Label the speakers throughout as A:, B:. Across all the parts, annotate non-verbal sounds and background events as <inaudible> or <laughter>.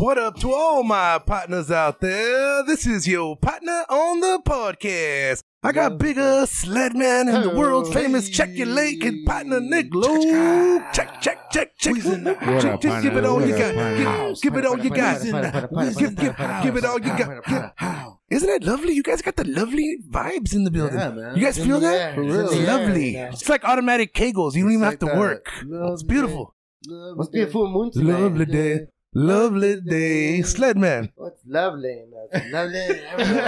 A: What up to all my partners out there? This is your partner on the podcast. I got bigger sledman and the world's famous check your leg and partner Nick Lowe. Check, check, check, check.
B: What
A: Just
B: up,
A: just give it all you got. Give- Give it all you got.
B: Give
A: Give give- give it all you got. Give- Isn't that lovely? You guys got the lovely vibes in the building.
C: Yeah, man.
A: You guys
C: It's
A: feel
C: in the
A: that?
C: air. It's in
A: It's
C: the air
A: lovely.
C: now.
A: It's like automatic kegels. You don't even have to work. It's beautiful.
C: Must be a full moon today.
A: Lovely day. Lovely day. Sledman.
C: What's lovely?
A: <laughs>
C: Nothing. Lovely. <laughs>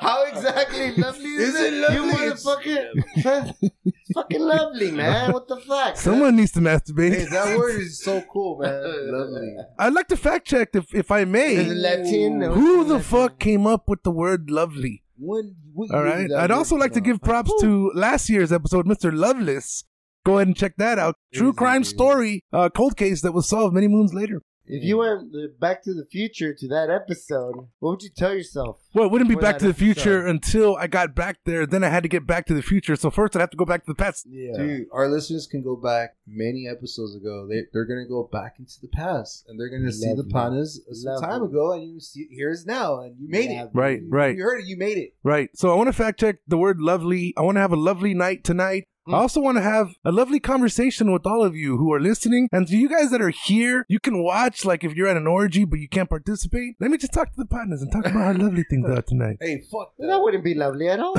C: How exactly lovely
B: Is
C: is,
B: it
C: You
B: lovely?
A: <laughs>
C: motherfucker. Huh? It's fucking lovely, man. What the fuck?
A: Someone needs to
B: Hey,
A: masturbate.
B: that word is so cool,
A: <laughs>
B: man. Lovely.
A: I'd like to fact check if, if I
C: Is it
A: may.
C: Latin?
A: Who the fuck came up with the word lovely?
B: When, when
A: All right. I'd also like to give props to last year's episode, Mr. Loveless. Go ahead and check that out. True crime story, uh, cold case that was solved many moons later.
C: If you went the Back to the Future to that episode, what would you tell yourself?
A: Well, it wouldn't be
C: For
A: Back
C: that
A: to the Future
C: episode.
A: until I got back there. Then I had to get Back to the Future. So first, I'd have to go back to the past.
B: Yeah. Dude, our listeners can go back many episodes ago. They, they're going to go back into the past and they're going to see the
C: Lovely.
B: panas some
C: Lovely.
B: time ago and you see here is now and you made it.
A: Right, right,
B: You heard it. You made it.
A: right. So I want to fact check the word "lovely." I want to have a lovely night tonight.
C: Mm.
A: I also want to have a lovely conversation with all of you who are listening. And to you guys that are here, you can watch, like if you're at an orgy but you can't participate, let me just talk to the partners and talk about how lovely things are
C: <laughs>
A: tonight. <laughs>
B: Hey, fuck
C: That
B: that.
C: wouldn't be lovely at
B: <laughs>
C: all.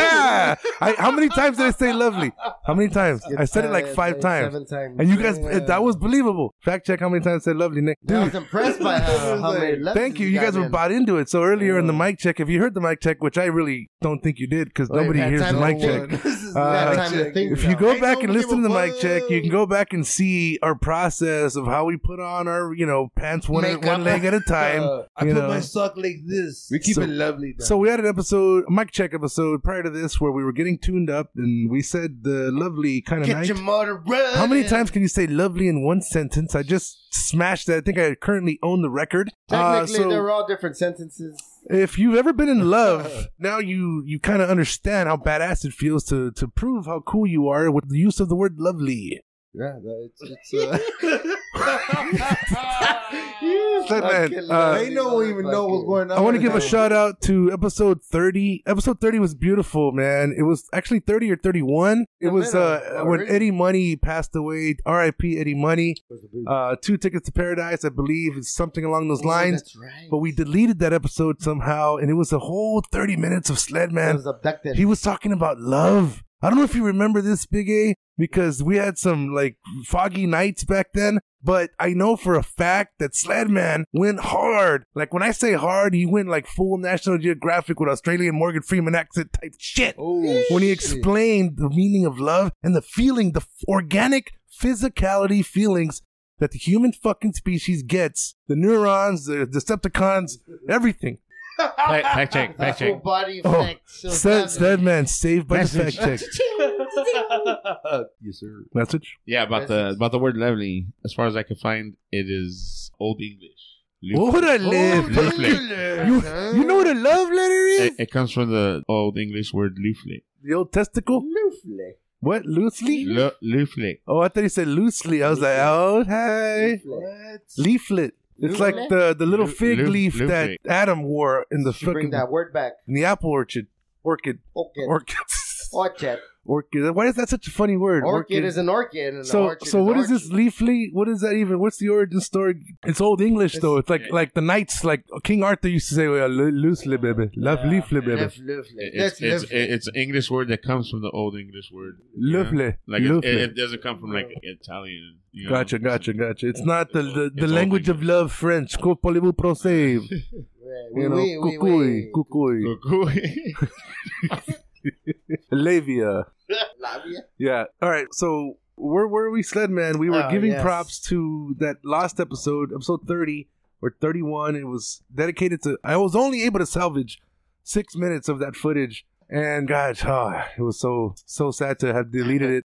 A: I, how many times did I say lovely? How many times? I said it like
C: Uh,
A: five times.
C: Seven times.
A: And you guys,
B: Yeah.
A: that was believable. Fact check how many times I said lovely, Nick.
C: I
A: Dude,
C: was
A: <laughs>
C: impressed by how, how many levels
A: thank you. You
C: got
A: guys were
C: in.
A: bought into it. So earlier in the
C: Yeah.
A: mic check, if you heard the mic check, which I really don't think you did because
C: Wait,
A: nobody
C: that
A: hears the
C: time
A: mic
C: to
A: check.
C: think. <laughs>
B: This is
A: Uh,
B: not
A: time
C: to
B: check.
C: think.
A: If you go
B: Ain't
A: back and
B: nobody
A: listen to the
B: give a
A: mic check,
B: fuck. Uh,
A: you can go back and see our process of how we put on our, you know, pants one,
C: Makeup.
A: one leg
B: <laughs>
A: at a time.
B: Uh, I
A: you
B: put
A: know.
B: my sock like this.
A: We keep So- it
B: lovely.
A: So we had an episode, a mic check episode prior to this, where we were getting tuned up, and we said the lovely kind of
B: get
A: night.
B: your motor running.
A: How many times can you say "lovely" in one sentence? I just smashed that. I think I currently own the record. Uh,
C: Technically,
A: so
C: they're all different sentences.
A: if you've ever
B: <laughs>
A: been in love, now you you kind of understand how badass it feels to to prove how cool you are with the use of the word "lovely."
B: Yeah, that,
C: <laughs>
B: it's,
A: uh,
B: it's
A: Said man,
C: Fucking
A: uh,
B: uh, they don't even know what's going on.
A: I want to give a
B: right
A: shout out to episode 30. Episode 30 was beautiful, man. It was actually 30 or 31. It
C: The
A: was
C: middle
A: uh, when
C: already.
A: Eddie Money passed away. R.I.P. Eddie Money.
B: now.
A: Uh, two tickets to paradise, I believe, is something along those
C: Oh,
A: lines.
C: That's right.
A: But we deleted that episode somehow, and it was a whole 30 minutes of
C: I
A: Sledman.
C: was abducted.
A: He was talking about love. I don't know if you remember this, Big A, because we had some like foggy nights back then. But I know for a fact that Sledman went hard. Like when I say hard, he went like full National Geographic with Australian Morgan Freeman accent type shit.
B: Oh,
A: When he
B: shit.
A: explained the meaning of love and the feeling, the f- organic physicality feelings that the human fucking species gets, the neurons, the Decepticons, everything.
D: Fact, fact check, fact
C: Full
D: check.
C: body
A: Oh,
C: effect. so
A: Said,
C: lovely.
A: said man, saved by the
D: Message.
A: fact check.
C: Oh,
B: yes, sir.
A: Message.
D: Yeah, about the about the word lovely. As far as I can find, it is Old English.
A: What would I
C: Oh,
A: live?
D: Leaflet.
A: You, you know what a love letter is?
D: It, it comes from the Old English word leaflet.
A: The old testicle?
C: Lovely.
A: What? Loosely?
D: Le, leaflet.
A: Oh, I thought he said loosely. I was like, oh, hey.
C: Lovely.
A: Leaflet. It's like the,
C: Leaflet?
A: the little
D: Leaf-
A: fig
D: leaf-
A: leaf that
D: leaflet.
A: Adam wore in the
C: Should Bring
A: fucking
C: that word back.
A: in the apple orchard. Orchid.
C: Orchid.
A: Orchid.
C: <laughs>
A: <laughs>
C: Orchid.
A: Orchid. Why is that such a funny word?
C: Orchid is an orchid. And
A: so, so what
C: what
A: is
C: is
A: this leafly? What is that even? What's the origin story? It's old English though. It's like like the knights, like King Arthur used to say, well, lo- "Loosely, baby, love leafly, baby,
C: Lovely. Lovely.
D: It's,
C: That's
D: it's,
C: lovely.
D: it's, an English word that comes from the Old English word. you know?
A: lovely,
D: Like it,
A: lovely."
D: it, it doesn't come from like Italian. you know?
A: Gotcha,
D: <laughs>
A: gotcha, gotcha. It's not the
D: It's
A: the,
D: old-
A: the
D: it's old
A: language of
D: English.
A: love, French. Coupe voulez-vous
C: <laughs>
A: procès?
C: Right.
A: You know,
C: Oui, oui, oui,
A: cucuy,
C: oui.
A: cucuy,
D: Cool.
A: levia.
C: <laughs> Labia.
A: Yeah. All right. So where were we, Sled Man? We were
C: Oh,
A: giving
C: yes.
A: props to that last episode, episode thirty, or 31. It was dedicated to. I was only able to salvage six minutes of that footage, and God, ah, it was so so sad to have deleted it.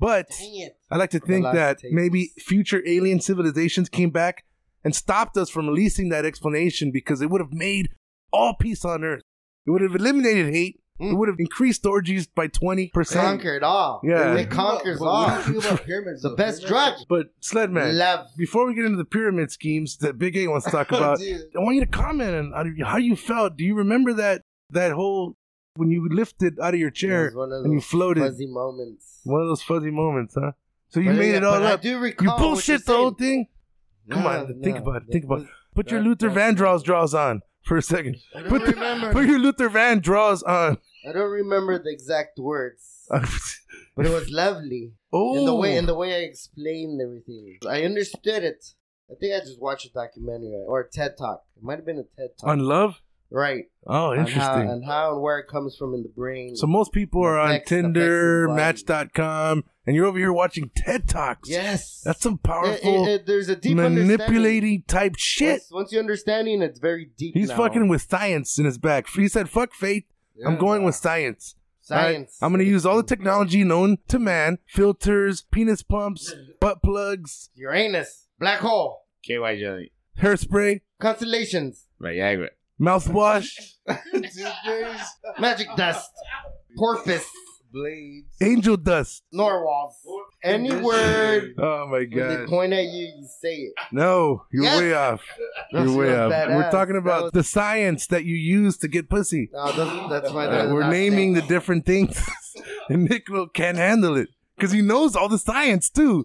A: But
C: Dang it.
A: I like to think
B: last
A: that
B: tapes.
A: maybe future alien civilizations came back and stopped us from releasing that explanation because it would have made all peace on Earth. It would have eliminated hate. It
C: Mm.
A: would have increased orgies by twenty percent.
C: <laughs> Conquered all.
A: Yeah.
C: It conquers
B: But What
C: all.
B: do you think about
C: <laughs>
B: pyramids?
C: The
B: though?
C: best
A: <laughs>
C: drug.
B: Pyramids-
A: But Sledman,
C: Love.
A: before we get into the pyramid schemes that Big A wants to
C: <laughs>
A: talk about,
C: Dude.
A: I want you to comment on how you- how you felt. Do you remember that that whole when you lifted out of your
C: It
A: chair
C: was one of
A: and you
C: those
A: floated?
C: fuzzy moments.
A: One of those fuzzy moments, huh? So you
C: But
A: made
C: yeah,
A: it all
C: but I
A: up.
C: do recall
A: You
C: what
A: bullshit the
C: saying.
A: whole thing. Come
C: No,
A: on, think
C: no.
A: about it. Think about it. Put your
B: that-
A: Luther
B: that's-
A: Vandross draws on for a second.
C: I
A: Put,
C: don't
A: the-
C: remember.
A: put your Luther Van draws on.
C: I don't remember the exact words,
A: Uh,
C: but it was lovely.
A: oh,
C: And the way and the way I explained everything, I understood it. I think I just watched a documentary or a TED talk. It might have been a TED talk,
A: on love.
C: right?
A: Oh,
C: On how,
A: interesting.
C: Uh-huh, and how and where it comes from in the brain.
A: so most people are on
C: Affects- affects
A: Tinder,
C: the body.
A: Match.com, and you're over here watching TED Talks.
C: yes,
A: That's some
C: It- it-
A: powerful
C: it- there's a deep understanding.
A: manipulating type shit.
C: Once, once you understanding, it's very deep.
A: He's
C: now.
A: fucking with science in his back. He said, "Fuck faith. I'm going with science."
C: science.
A: All right, I'm going to use all the technology known to man: filters, penis pumps, butt plugs,
C: Uranus, black hole,
D: KY jelly,
A: hairspray,
C: constellations, <laughs>
D: Viagra.
A: mouthwash,
B: Scissors,
C: magic dust, porpoise,
B: blades.
A: angel dust.
C: norwals. Any word
A: Oh my
C: when they
A: god!
C: point at you, you say it.
A: No, you're
C: Yes.
A: way off.
C: That
A: You're
C: shit
A: way
C: was
A: off.
C: badass.
A: We're talking
C: That
A: about
C: was-
A: the science that you use to get pussy.
C: No, that's, that's why
A: Uh,
C: they're
A: we're
C: not
A: naming the
C: saying-
A: different things, <laughs> and Nick will- can't handle it because he knows all the science
C: <laughs>
A: too.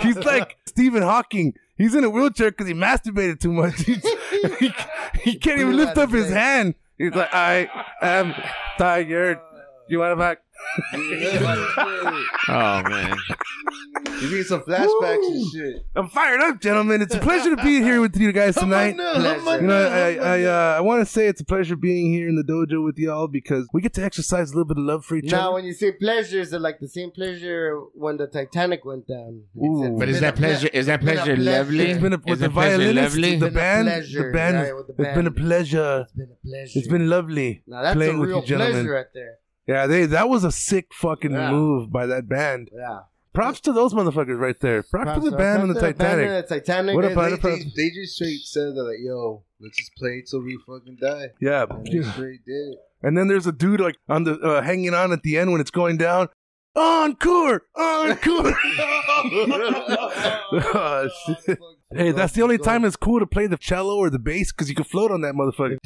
A: He's like Stephen Hawking. He's in a wheelchair because he masturbated too much. <laughs> He, he, he can't even lift up his hand. He's like, I am tired. You want to back? <laughs>
C: <laughs>
D: Oh man,
B: You get some flashbacks and shit.
A: I'm fired up, gentlemen. It's a pleasure to be here with you
C: <laughs>
A: guys tonight.
C: Pleasure.
A: You know, I I, uh, I want to say it's a pleasure being here in the dojo with y'all because we get to exercise a little bit of love for each
C: Now,
A: other.
C: when you say pleasures, they're like the same pleasure when the Titanic went down.
A: Ooh.
C: It's
D: but is
C: been a
D: that pleasure? Is that
C: been a
D: pleasure
C: pleasure.
D: lovely?
A: It's been a,
D: Is
A: with the
D: that pleasure
A: violinist,
D: lovely?
A: the
C: Been a
A: band, the
C: pleasure.
A: band,
C: Yeah, with the
A: It's been a
C: band.
A: pleasure.
C: It's been a pleasure.
A: It's been lovely
C: now that's
A: playing
C: a
A: with
C: real
A: you, gentlemen.
C: pleasure right there.
A: Yeah, they that was a sick fucking
C: Yeah.
A: move by that band.
C: Yeah.
A: Props to those motherfuckers right there. Props,
C: Props
A: to the band on the
C: props to
A: Titanic.
C: band and the Titanic.
A: What
C: What
A: a
C: about
B: They,
A: bad-
B: they, they just straight said that, like, yo, let's just play till we fucking die.
A: yeah.
B: And they straight did
A: <laughs>
B: it.
A: And then there's a dude like on the uh, hanging on at the end when it's going down. Encore! Encore! uh, Oh, shit. Hey, that's the only time it's cool to play the cello or the bass because you can float on
B: <laughs>
A: that motherfucker.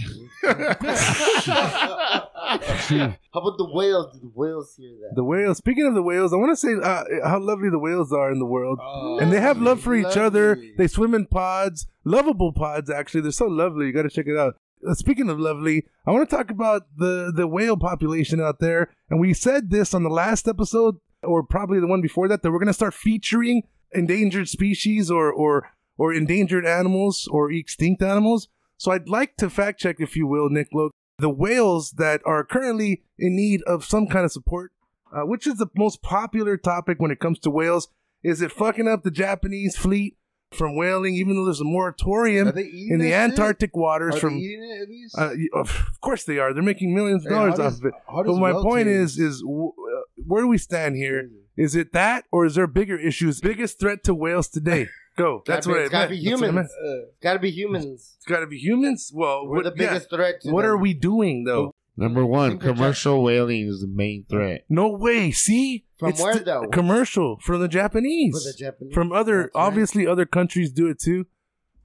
C: <laughs> How about the whales? Did the whales hear that?
A: The whales. Speaking of the whales, I want to say uh, how lovely the whales are in the world.
B: Oh,
A: and they have love for each other.
B: lovely.
A: They swim in pods, lovable pods. Actually, they're so lovely. You got to check it out. Uh, Speaking of lovely, I want to talk about the the whale population out there. And we said this on the last episode, or probably the one before that, that we're going to start featuring endangered species or or or endangered animals or extinct animals. So I'd like to fact check, if you will, Nick Loke, the whales that are currently in need of some kind of support. Uh, which is the most popular topic when it comes to whales? Is it fucking up the Japanese fleet from whaling, even though there's a moratorium
B: Are they eating
A: in the
B: that shit?
A: Antarctic
B: Are
A: waters
B: they
A: from?
B: eating it at least?
A: Uh, y- of course they are. They're making millions of
B: Hey, how
A: dollars
B: does-
A: off of it.
B: how
A: But
B: does
A: my
B: well
A: point
B: taste?
A: is, is w- uh, where do we stand here?
B: Hmm.
A: Is it that, or is there bigger issues? Biggest threat to whales today? Go.
C: Gotta
A: That's
C: be-
A: what
C: it's
A: I
C: gotta be
A: meant. That's what I
C: humans.
A: meant.
B: Uh,
C: It's gotta be humans.
A: It's got to be humans. Well,
C: We're
A: what,
C: the
A: yeah.
C: biggest threat. To
A: What
C: them.
A: are we doing though?
D: <laughs> Number one,
C: Think we're
D: commercial whaling is the main threat.
A: No way. See,
C: From where,
A: the-
C: though?
A: Commercial from the Japanese.
C: For the Japanese.
A: from other
C: That's right.
A: obviously other countries do it too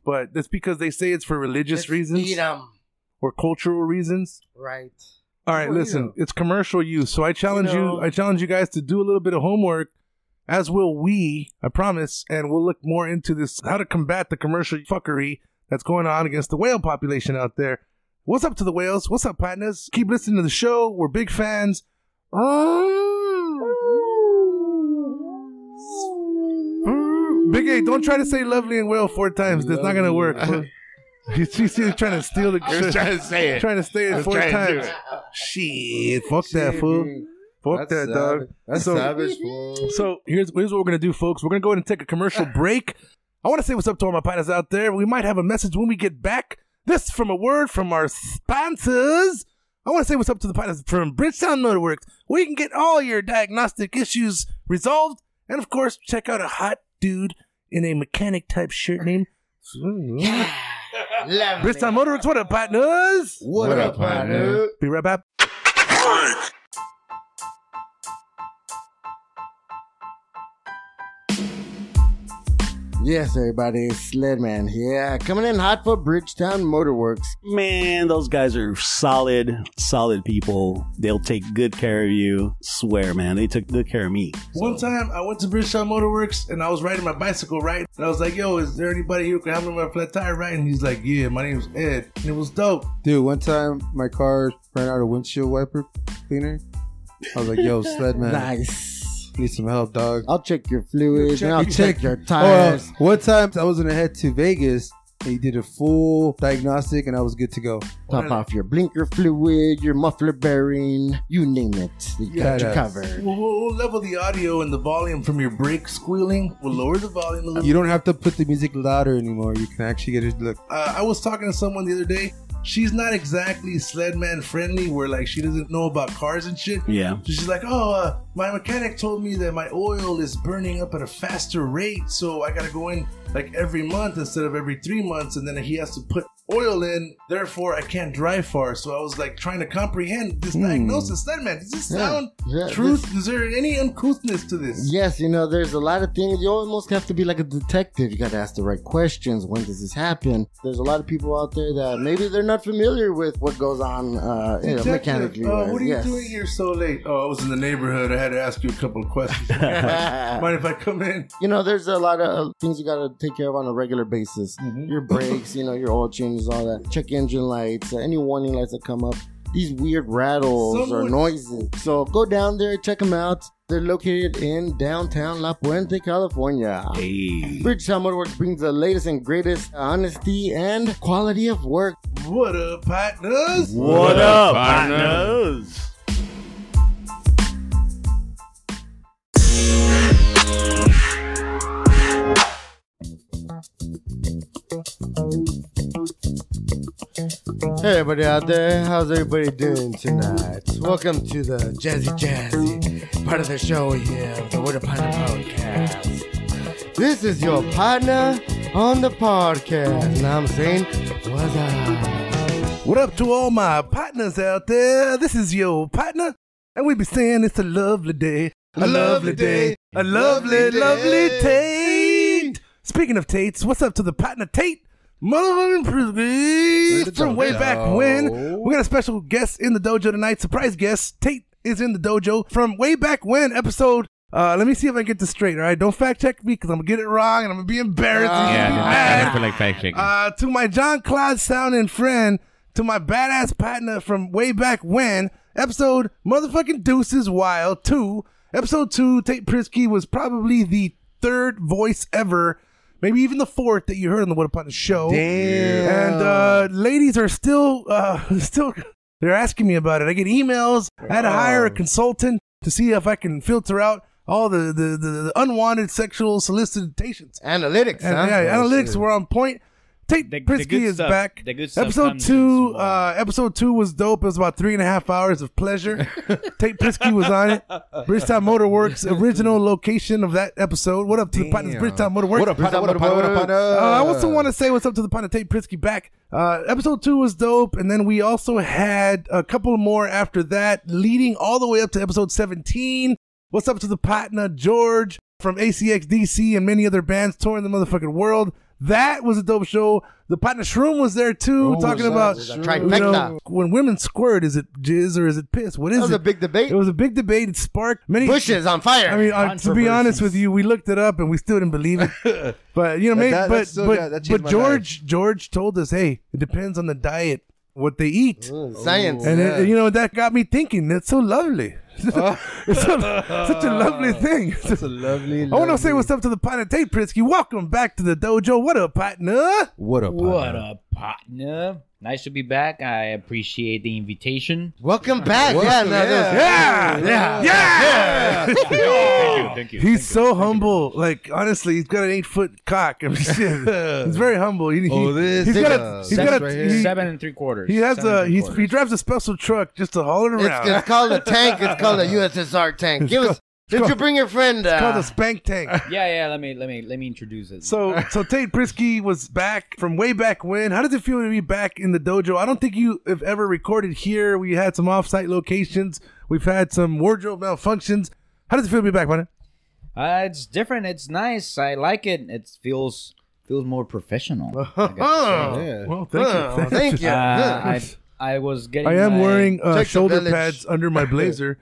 A: but that's because they say it's for religious
C: Let's
A: reasons
C: eat 'em.
A: or cultural reasons
C: Right.
A: all right
B: Well, you
A: listen
B: know.
A: it's commercial use so i challenge you,
C: know.
A: i challenge you guys to do a little bit of homework as will we i promise and we'll look more into this how to combat the commercial fuckery that's going on against the whale population out there what's up to the whales what's up partners keep listening to the show we're big fans
D: Mm.
A: Big A, don't try to say lovely and well four times. That's not gonna work. <laughs> fool. You see, see, you're trying to steal the <laughs>
D: I was trying to say it.
A: trying to say
D: I
A: it
D: was
A: four
D: trying to do
A: times. Shit, fuck that
B: Shit,
A: fool.
B: dude.
A: Fuck
B: That's
A: that dog.
B: savage. That's
A: So-
B: savage, fool. <laughs>
A: So here's here's what we're gonna do, folks. We're gonna go ahead and take a commercial break. I want to say what's up to all my partners out there. We might have a message when we get back. This from a word from our sponsors. I want to say what's up to the partners from Bridgetown Motorworks, where you can get all your diagnostic issues resolved. And of course, check out a hot dude in a mechanic type shirt
B: <laughs>
A: named
C: Love
A: Bridgetown Motorworks. What up, partners?
B: What,
D: What
B: up,
D: up, partner?
B: partner?
A: Be right back.
C: Yes, everybody, it's Sledman here. Coming in hot for Bridgetown Motorworks.
E: Man, those guys are solid, solid people. They'll take good care of you. Swear, man, they took good care of me.
A: One time I went to Bridgetown Motorworks and I was riding my bicycle, right? And I was like, yo, is there anybody here who can help me with my flat tire, right? And he's like, yeah, my name's Ed. And it was dope.
B: Dude, one time my car ran out of windshield wiper cleaner. I was like,
A: <laughs>
B: yo, sled
A: Uh.
B: man,
C: Nice.
B: need some help, dog.
C: I'll check your fluids
B: Check-
C: and I'll
B: you
C: check,
B: check-
A: <laughs>
C: your
B: Oh, uh,
C: tires.
B: one time I was gonna head to Vegas and he did a full diagnostic and I was good to go.
C: Top off your blinker fluid, your muffler bearing, you name it. You got you
B: Badass.
C: covered.
A: We'll, we'll we'll level the audio and the volume from your brake squealing. We'll lower the volume a little.
B: You don't have to put the music louder anymore. You can actually get it. Look,
A: uh, I was talking to someone the other day. She's not exactly Sledman friendly, where like she doesn't know about cars and shit.
E: Yeah.
A: So she's like, "Oh, uh, my mechanic told me that my oil is burning up at a faster rate, so I gotta go in like every month instead of every three months, and then he has to put oil in. Therefore, I can't drive far." So I was like trying to comprehend this diagnosis. Sledman, does this
C: Hmm. Yeah.
A: sound
C: Yeah,
A: truth? is there any uncouthness to this?
C: Yes, you know, there's a lot of things. You almost have to be like a detective. You got to ask the right questions. When does this happen? There's a lot of people out there that maybe they're not familiar with what goes on uh, you know,
A: Detective,
C: mechanically.
A: uh,
C: wise.
A: what are you
C: Yes.
A: doing
C: <laughs>
A: here <laughs> so late? Oh, I was in the neighborhood. I had to ask you a couple of
C: <laughs>
A: questions. Mind if I come in?
C: you know, there's a lot of uh, things you got to take care of on a regular basis.
A: Mm-hmm.
C: Your brakes, you know, your oil changes, all that. Check engine lights, uh, any warning lights that come up. These weird rattles or
A: Someone-
C: noises. So go down there, check them out. They're located in downtown La Puente, California.
E: Hey.
C: Bridgetown Motorworks brings the latest and greatest honesty and quality of work.
A: What up, partners?
E: What,
D: What
E: up,
A: Oh,
D: up, partner?
E: partners?
C: Hey, everybody out there, how's everybody doing tonight? Welcome to the Jazzy Jazzy part of the show here, the Word of Partner podcast. This is your partner on the podcast. Now I'm saying, what's up?
A: What up to all my partners out there? This is your partner, and we be saying it's a lovely day, a lovely day, a lovely, lovely Tate. Speaking of Tates, what's up to the partner Tate? Motherfucking Prisby from way back when. We got a special guest in the dojo tonight. Surprise guest. Tate is in the dojo from way back when episode. Uh, let me see if I can get this straight. All right, don't fact check me because I'm gonna get it wrong and I'm gonna be embarrassed. and you're
D: Yeah,
A: gonna be
D: no,
A: mad.
D: I don't feel like fact checking.
A: Uh, to my John Claude sounding friend, to my badass partner from way back when, episode motherfucking Deuces Wild 2. Episode 2, Tate Prisky was probably the third voice ever, maybe even the fourth that you heard on the What Upon the Show.
B: damn.
A: And uh, ladies are still, uh, <laughs> still, they're asking me about it. I get emails. I had to hire a consultant to see if I can filter out all the, the, the, the unwanted sexual solicitations.
C: Analytics,
A: And,
C: huh?
A: yeah, analytics were on point. Take
F: Oh, The- the
A: Prisky
F: good
A: is
F: stuff-
A: back.
F: the good stuff
A: Episode
F: comes
A: two,
F: in small.
A: uh, episode two was dope. It was about three and a half hours of
F: <laughs>
A: pleasure. Tate Prisky was on it. Bridgetown Motorworks, original location of that episode. What up to the partners, Bridgetown Motorworks?
B: What up, partner? What up, partner? What up, partner?
A: Uh, I also want to say what's up to the partner, Tate Prisky back. Uh, episode two was dope, and then we also had a couple more after that, leading all the way up to episode seventeen. What's up to the partner, George from ACXDC and many other bands touring the motherfucking world. That was a dope show. The partner Shroom was there too, talking about
C: was a
A: you
C: trifecta.
A: know, when women squirt, is it jizz or is it piss? What
C: That
A: is
C: was a
A: it?
C: big debate.
A: it was a big debate. It sparked many
C: Bushes on fire.
A: I mean, uh, to be honest with you, we looked it up and we still didn't believe
B: <laughs>
A: it. but you know, maybe,
B: that-
A: but
B: that's still-
A: but,
B: yeah, that changed
A: but
B: my
A: George George told us, hey, it depends on the diet, what they eat,
B: Oh,
C: Science.
A: Mm, and it, you know that got me thinking. That's so lovely. <laughs> it's so, such
B: <laughs>
A: a lovely thing.
B: It's Oh. a lovely.
A: I want to
B: lovely-
A: say what's up to the partner Tate Prisky. Welcome back to the dojo. What up, partner?
B: What up, partner?
F: What up, partner? Nice to be back. I appreciate the invitation.
C: Welcome back.
B: Welcome,
C: yeah, no, that's-
A: Yeah.
C: Yeah.
A: Yeah.
D: Thank you. Thank you.
A: He's so humble. Like honestly, he's got an eight foot cock. I mean, <laughs> shit. he's very humble. He, he,
B: Oh, this
A: he's got a
B: nigga.
A: he's
B: That's
A: got a
B: right here.
A: he,
F: Seven and three quarters.
A: he has
F: Seven
A: a
F: and three
A: he's, he
F: quarters.
A: drives a special truck just to haul it around.
C: It's,
A: It's,
C: it's called a tank. It's called a USSR tank. Give us. Did you
A: called-
C: bring your friend? Uh,
A: called a spank tank.
F: Yeah, yeah. Let me let me let me introduce it.
A: So so Tate Brisky was back from way back when. How does it feel to be back in the dojo? I don't think you have ever recorded here. We had some off-site locations. We've had some wardrobe malfunctions. How does it feel to be back, man?
F: uh, it's different. It's nice. I like it. It feels feels more professional.
A: <laughs>
F: I guess.
A: uh,
C: Oh,
B: Yeah.
A: Well, thank
C: oh,
A: <laughs> you.
C: thank you.
F: Uh,
C: Yeah.
F: I I was getting.
A: I am
F: my-
A: wearing uh,
C: Check the
A: shoulder
C: village.
A: pads under <laughs> my blazer.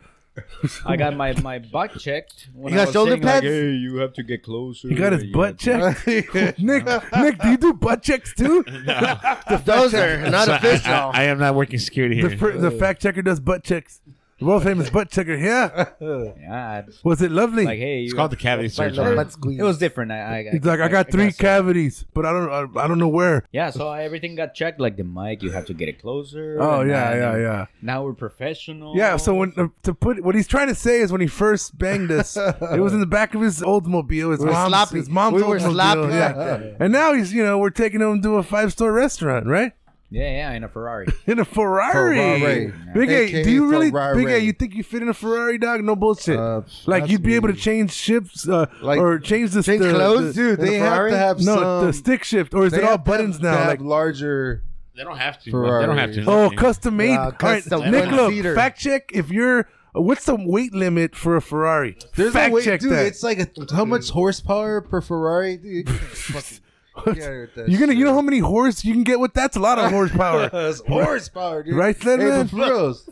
F: I got my my butt checked. When
C: You
F: I
C: got
F: was
C: shoulder
F: sitting, like,
C: pads?
F: "Hey, you have to get closer.
A: He got his
F: You
A: butt
F: have
C: <laughs>
F: to-"
A: checked. <laughs> Nick, Nick, do you do butt checks too?
C: Those
A: <laughs>
C: are not
D: So I-
C: official.
D: I, I am not working security
A: The,
D: here.
A: fir- the fact checker does butt checks. The world famous butt checker.
C: <laughs>
A: Yeah,
F: Yeah. I-
A: was it lovely?
F: Like hey,
D: it's
F: you
D: called the
F: have-
D: cavity search.
C: Let-
D: right?
C: let's squeeze.
F: It was different. I, I,
A: He's like, I got three
F: some-
A: cavities, but I don't, I, I don't know where.
F: Yeah, so everything got checked, like the mic. You have to get it closer.
A: Oh
F: and
A: yeah,
F: then-
A: yeah, yeah,
F: Now we're professional.
A: yeah. So when uh, to put what he's trying to say is when he first banged
C: <laughs>
A: us, it was in the back of his Oldsmobile. His
C: We were
A: mom's,
C: sloppy.
A: his mom's
C: We were
A: Oldsmobile,
C: sloppy. <laughs>
A: Yeah. and now he's, you know, we're taking him to a five star restaurant, right?
F: yeah, yeah, in
A: <laughs>
F: a Ferrari.
A: In a Ferrari.
B: Ferrari.
A: Big A,
B: AKA
A: do you really,
B: Ferrari.
A: Big A, you think you fit in a Ferrari, dog? No bullshit.
B: Uh,
A: like
B: that's
A: you'd be able to
B: me.
A: change shifts uh,
B: Like,
A: or change the
C: change
A: the-
C: clothes?
A: the-
B: Dude,
C: In a
B: they have
C: Ferrari?
B: to have
A: no,
B: some.
A: the stick shift, or is
B: they
A: it all
B: have to
A: buttons
B: have-
A: now?
B: to have
A: Like
B: larger.
D: They don't have to.
B: Ferrari.
D: They don't have to.
A: oh, custom made.
C: Yeah,
A: all right,
C: custom
A: Nick,
C: one
A: look,
C: seater.
A: fact check if you're. What's the weight limit for a Ferrari?
B: There's
A: fact
B: no way,
A: check
B: dude.
A: that.
B: It's like a, how
A: <laughs>
B: much horsepower per Ferrari, dude. You can't fucking get out with that
A: You're gonna, you
B: shit.
A: know how many horse you can get with that's a lot of
B: <laughs>
C: <laughs>
A: horsepower, <laughs>
B: That's horsepower, dude.
A: right,
B: Hey, but
A: Sledman?
B: for
A: <laughs>
B: reals,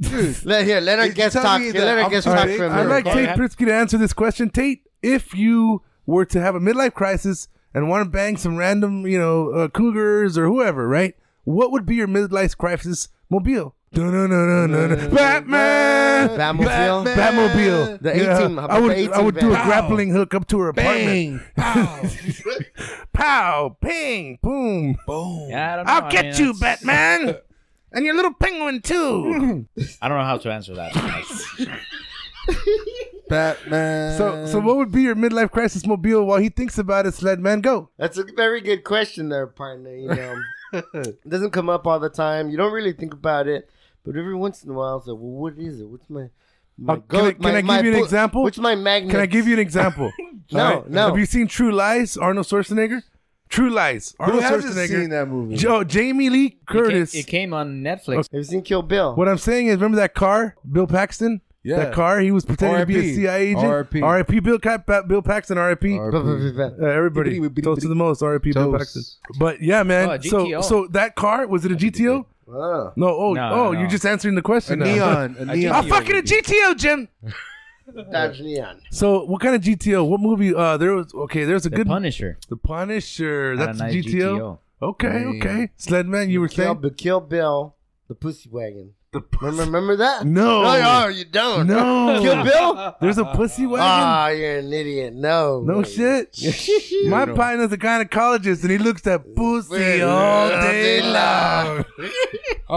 B: dude.
C: Let here. Let our
B: He's
C: guests
B: telling
C: talk.
B: me
C: Let
B: that
C: our
B: I'm
C: guests
B: too
C: talk
B: big?
C: for a
B: I'd
A: I'd
C: minute.
A: like
D: Go
A: Tate
D: ahead.
A: Pritzky to answer this question. Tate, if you were to have a midlife crisis and want to bang some random, you know, uh, cougars or whoever, right? What would be your midlife crisis mobile? Dun-dun-dun-dun-dun. Batman!
C: Mm. Batmobile.
A: Batmobile.
C: The
A: Yeah.
C: 18
A: I would,
C: the 18
A: I would do a
C: van.
A: grappling hook up to her apartment. <laughs> Pow! Ping! Boom!
F: Yeah, I don't know.
A: I'll
F: I
A: get
F: mean,
A: you,
C: <laughs>
F: that's-
A: Batman! and your little penguin, <laughs> too!
F: I don't know how to
A: <laughs>
F: answer that.
B: Batman.
A: so, so what would be your midlife crisis mobile while he thinks about it, Sled Man? Go!
C: That's a very good question, there, partner.
A: <laughs>
C: You know, it doesn't come up all the time. You don't really think about it, but every once in a while, it's like, well, what is it? What's my my
A: Uh, can I- can I give you an
C: bu-
A: example?
C: What's my magnet?
A: Can I give you
B: <laughs>
A: an example?
C: No,
A: All right.
C: no.
A: Have you seen True Lies? Arnold Schwarzenegger. True Lies.
B: who
A: Arnold
B: hasn't
A: Schwarzenegger.
B: seen that movie?
A: Joe Jamie Lee Curtis.
F: It, ca- it came on Netflix.
C: Have you seen Kill Bill? <laughs>
A: What I'm saying is, remember that car, Bill Paxton.
B: Yeah.
A: That car. He was pretending to be a
B: RIP.
A: CIA agent.
B: RIP.
A: R.I.P. Bill, Cap- Pa- Bill Paxton. R.I.P. Uh, everybody
B: Bibbidi, bibbidi,
A: toast to the most. R.I.P. Bill
B: Toast.
A: Paxton. But yeah, man.
F: Oh, a
A: so
F: GTO.
A: so that car was it a GTO?
C: Wow.
A: No. Oh
F: No,
A: oh,
F: no.
A: you're just answering the
B: a
A: question. now.
B: Uh, neon. A neon.
A: I'm fucking <laughs> a GTO, Jim.
C: Dodge Neon.
A: So what kind of GTO? What movie? Uh, there was okay. There's a
F: The
A: good
F: Punisher.
A: The Punisher.
F: had a
A: That's
F: nice
A: GTO. Okay,
B: Man.
A: okay. Sledman, you were
C: Kill,
A: saying
C: but Kill Bill, the pussy wagon.
A: the
C: Remember, remember that?
A: No.
C: no, you don't.
A: No.
C: Kill Bill.
A: There's a pussy wagon.
C: Ah, you're an idiot. No.
A: no shit. My partner's a gynecologist, and he looks at pussy all day long.
C: <laughs>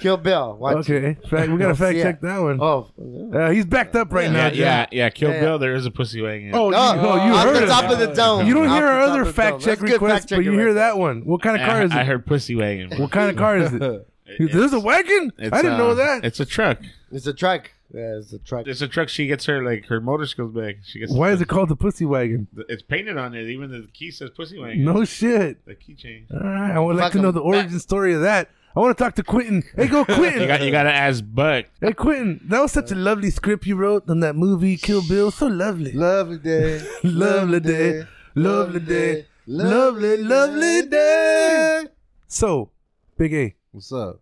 C: Kill Bill. Watch it.
A: Okay, fact, we gotta
C: Don't
A: fact
C: see
A: check
C: it.
A: that one.
C: Oh.
A: Uh, he's backed up right now.
D: Yeah,
A: Jim.
D: yeah, yeah. Kill
C: Yeah, yeah.
D: Bill. There is a pussy wagon.
A: Oh,
C: No,
A: you, oh, you
C: off
A: heard
C: the
A: it.
C: top of the dome.
A: You don't
C: Off
A: hear
C: the
A: our
C: top
A: other
C: of the dome.
A: fact check
C: That's good
A: requests,
C: fact
A: but you
C: checking
A: hear
C: right
A: that one. What kind of car
D: <laughs> I,
A: is
D: I
A: it?
D: heard pussy wagon.
A: What kind of car is
C: <laughs>
A: it? There's a wagon? I
D: It's,
A: didn't
D: uh,
A: know that.
D: It's a truck.
C: there. It's a truck. Yeah, it's a truck.
D: It's a truck. She gets her like her motorcycle's back. She gets.
A: Why is it called the pussy wagon?
D: It's painted on it. Even the key says pussy wagon.
A: No shit.
D: The keychain.
A: All right, I would like
C: Fuck
A: to know
C: him.
A: the origin story of that. I want to talk to Quentin. Hey, go
D: <laughs> You got
A: Quentin.
D: you got to ask Buck.
A: hey, Quentin. That was such a lovely script you wrote on that movie Kill Bill. So lovely,
B: <laughs> Lovely
C: <laughs>
B: day.
A: lovely day, lovely day, lovely, lovely day. So, Big A,
B: What's up?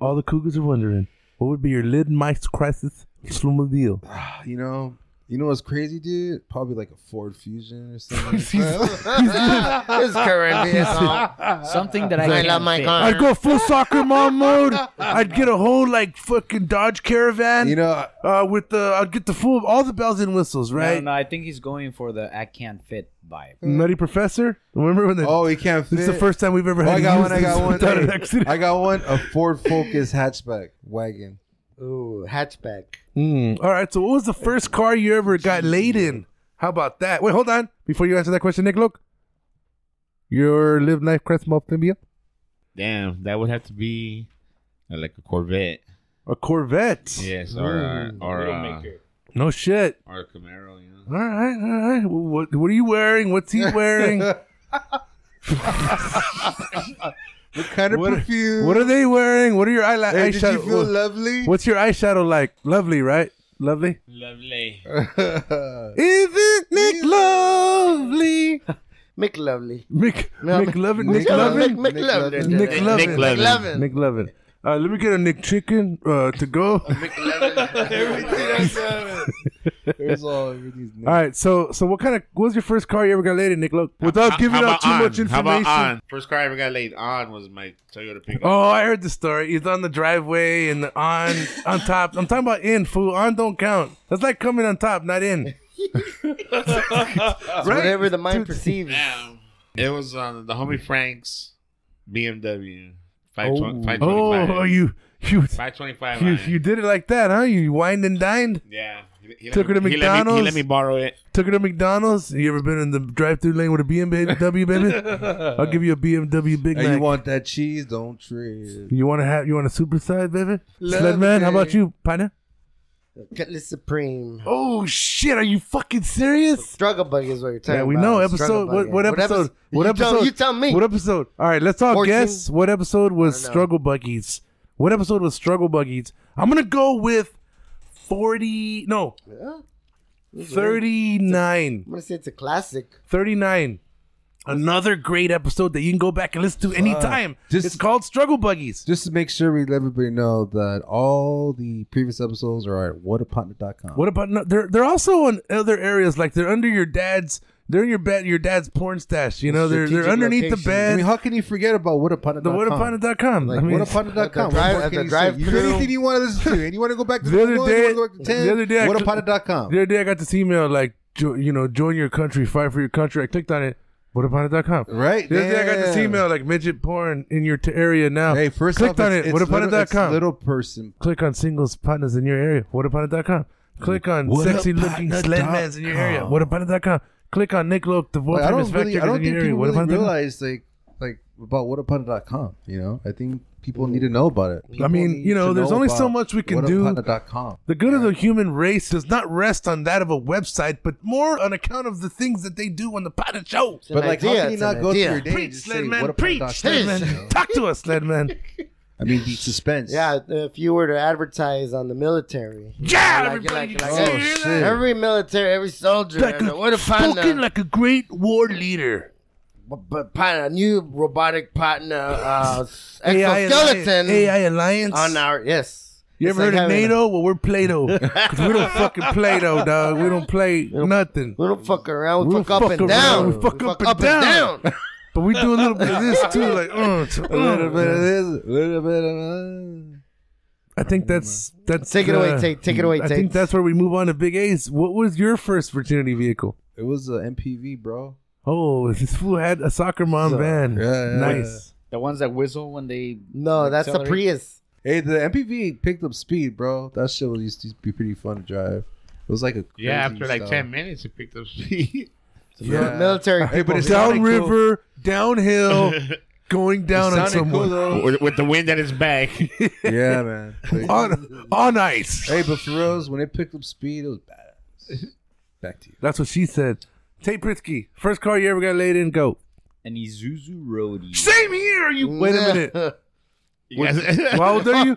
A: all the cougars are wondering what would be your lid mice crisis slow deal.
B: You know, You know what's crazy, dude? Probably like a Ford Fusion or
C: <laughs>
B: something.
A: He's- he's-
C: this current
F: Something that I,
C: I
F: can't
C: love my
F: fix.
C: car.
A: I'd go full soccer mom mode. I'd get a whole like fucking Dodge Caravan.
B: you know,
A: uh, with the I'd get the full all the bells and whistles,
F: No,
A: right?
F: no, I think he's going for the I can't fit vibe.
A: Nutty Professor. Remember when the,
B: oh, he can't fit.
A: this is the first time we've ever
B: Oh,
A: had
B: I
A: to
B: got
A: use
B: one. I
A: this
B: got one.
A: without an
B: Hey,
A: accident.
B: I got one. A Ford Focus hatchback wagon.
C: Ooh, hatchback.
F: Hmm.
A: Mm. All right. So, what was the first car you ever got laid in? How about that? Wait, hold on. Before you answer that question, Nick, look. Your live life crest multimedia?
D: Damn, that would have to be uh, like a Corvette.
A: A Corvette.
D: Yes, or uh, or uh,
A: No shit.
D: or a Camaro. You know?
A: All right. All right. Well, What, what are you wearing?
B: <laughs>
A: What's he wearing?
B: What kind of
A: What-
B: perfume?
A: what are they wearing? What are your eyela-
B: Hey, did you
A: eyeshadow?
B: feel
A: wha-
B: lovely?
A: What's your eyeshadow like? Lovely, right? Lovely?
D: <laughs> Lovely.
A: Isn't Nick lovely?
C: Mick Lovely.
A: Mick,
C: No,
A: Mick Lovin? Nick
C: Mick
A: Lovin?
C: Mick
B: Nick
C: Lovely.
B: Lovin.
A: Nick Lovin.
D: Nick Lovin.
A: Nick Lovin. Uh, let me get a Nick chicken uh, to go. <laughs>
B: There's all everything's
A: All right, so so what kind of what was your first car you ever got laid in, Nick? Look, without
D: How-
A: giving
D: how
A: out
D: about
A: too
D: on?
A: much
D: How
A: information.
D: about on? First car I ever got laid on was my Toyota pickup.
A: Oh, I heard the story. He's on the driveway and on on top. I'm talking about in fool. On don't count. That's like coming on top,
B: <laughs>
A: not in.
C: It's
A: Right.
C: Whatever the
A: Dude.
C: mind perceives.
A: Oh.
D: Damn. It was on the homie Frank's BMW. Five
A: Oh.
D: twenty five.
A: Oh, you you
D: Five twenty five.
A: you you did it like that, huh? You wined and dined.
D: Yeah. He, he let
A: Took her
D: me-
A: to
D: he let me-
A: McDonald's.
D: He let me borrow it.
A: Took it to McDonald's. You ever been in the drive-through lane with a BMW, baby? I'll give you a BMW Big
B: Hey, you
A: Mac.
B: want that cheese? Don't trade.
A: You want to have you want a super size, baby?
C: Love
A: Sled man, how about
C: it.
A: you, partner?
C: Cutlass Supreme.
A: Oh shit! Are you fucking serious?
C: Struggle bug is what you're talking
A: Yeah,
C: about.
A: we know
C: Struggle
A: episode. What,
C: bugging.
A: what episode? What
C: you
A: episode?
C: Tell, you tell me.
A: What episode? All right, let's all
C: 14?
A: guess. What episode was
C: I don't know.
A: Struggle Buggies? What episode was Struggle Buggies? I'm gonna go with forty. No,
C: Yeah. This is weird. I'm
A: 39.
C: gonna say it's a classic.
A: 39. Another great episode that you can go back and listen to anytime.
B: Just-
A: it's called Struggle Buggies.
B: Just to make sure we let everybody know that all the previous episodes are at whatapartner.com.
A: What about no, they're they're also on other areas like they're under your dad's they're in your bed your dad's porn stash. You know they're they're
C: Strategic
A: underneath the
C: location.
A: bed.
B: I mean, how can you forget about whatapartner.com?
A: the whatapartner.com.
B: Like,
A: I mean,
B: whatapartner.com. what
C: At the drive-
B: more
C: at
B: can
C: the
B: you say?
C: drive-thru.
B: You got anything you want to listen to, and you want to go back to
A: The other
B: one,
A: day-
B: you want to go back to 10,
A: the other day I-
B: whatapartner.com.
A: The other day I got this email like, jo- you know, join your country, fight for your country. I clicked on it. Whatapartner.com.
B: Right?
A: The other day I got this
B: Damn.
A: email like midget porn in your t- area now.
B: Hey, first
A: clicked
B: off,
A: on
B: it's,
A: it.
B: it's little, it's
A: Whatapartner.com.
B: little person.
A: Click on singles partners in your area. Whatapartner.com. Click on
B: What
A: sexy
B: about
A: looking
B: dot
A: sled mans in your area.
B: com?
A: Whatapartner.com. Click on Nick Loke, divorce
B: Like, I
A: from
B: don't
A: his
B: really, I
A: factor
B: don't
A: in your
B: think
A: area.
B: people really
A: Whatapartner.com.
B: realize like like about whatapartner.com. You know, I think people need to know about it.
A: I mean,
B: People need
A: you know,
B: to
A: there's only so
B: about
A: much we can do.
B: whatapartner.com.
A: The good of the human race does not rest on that of a website, but more on account of the things that they do on the partner show.
C: It's an
B: But like,
C: idea,
B: how can you
C: it's
B: not
C: an
B: go
C: idea.
B: through your day and
A: preach,
B: just say
A: Sledman.
B: whatapod.com?
A: Preach, Sledman. Talk to us, Sledman.
B: I mean, the suspense.
C: Yeah, if you were to advertise on the military.
A: Yeah,
C: Like-
A: everybody.
C: like-
A: you
C: like-
A: hear
B: oh,
A: that?
B: shit.
C: Every military, every soldier,
A: Like
C: and
A: a-
C: what a
A: Spoken
C: partner,
A: like a great war leader.
C: b- b- partner, new robotic partner, uh,
A: <laughs>
C: s-
A: AI Alliance.
C: exoskeleton
A: AI Alliance.
C: on our yes.
A: you
C: It's
A: ever heard
C: like
A: of
C: having a-
A: NATO? Well, we're Play-Doh. 'Cause we don't fucking Play-Doh, dog. We don't play nothing.
C: We don't fuck around.
A: We
C: We,
A: don't
C: fuck, up
A: fuck around,
C: and down.
A: we fuck up and down. <laughs> But we do a little bit of this, too. Like, uh, t-
B: A little bit of
A: uh.
B: this, a little bit of that.
A: I think that's... that's
C: Take it away,
A: uh,
C: Tate. Take it away,
A: I
C: Tate.
A: think that's where we move on to Big A's. What was your first virginity vehicle?
B: It was an MPV, bro.
A: Oh, <laughs> this fool had a soccer mom
B: So-
A: van.
B: Yeah, yeah,
A: nice.
F: The ones that whistle when they
C: No, that's the
F: Accelerate.
C: Prius.
B: Hey, the MPV picked up speed, bro. That shit was used to be pretty fun to drive. It was like a
D: Yeah, after
B: crazy
D: like
B: style.
D: ten minutes, it picked up speed.
B: Yeah.
A: <laughs>
C: Military.
B: Hey, but
C: people.
B: it's
A: Downriver, downhill, going down on
B: sounded cool
A: someone.
B: though.
D: <laughs> with, with the wind at its back.
A: <laughs>
D: <laughs>
B: yeah, man. Like-
A: on on ice.
B: hey, but for reals, when it picked up speed, it was badass. Back to you.
A: That's what she said. Tate Prithke, first car you ever got laid in, go.
F: an Isuzu roadie.
A: Same here, you. Wait a minute.
D: Yes.
A: How old are <laughs> you?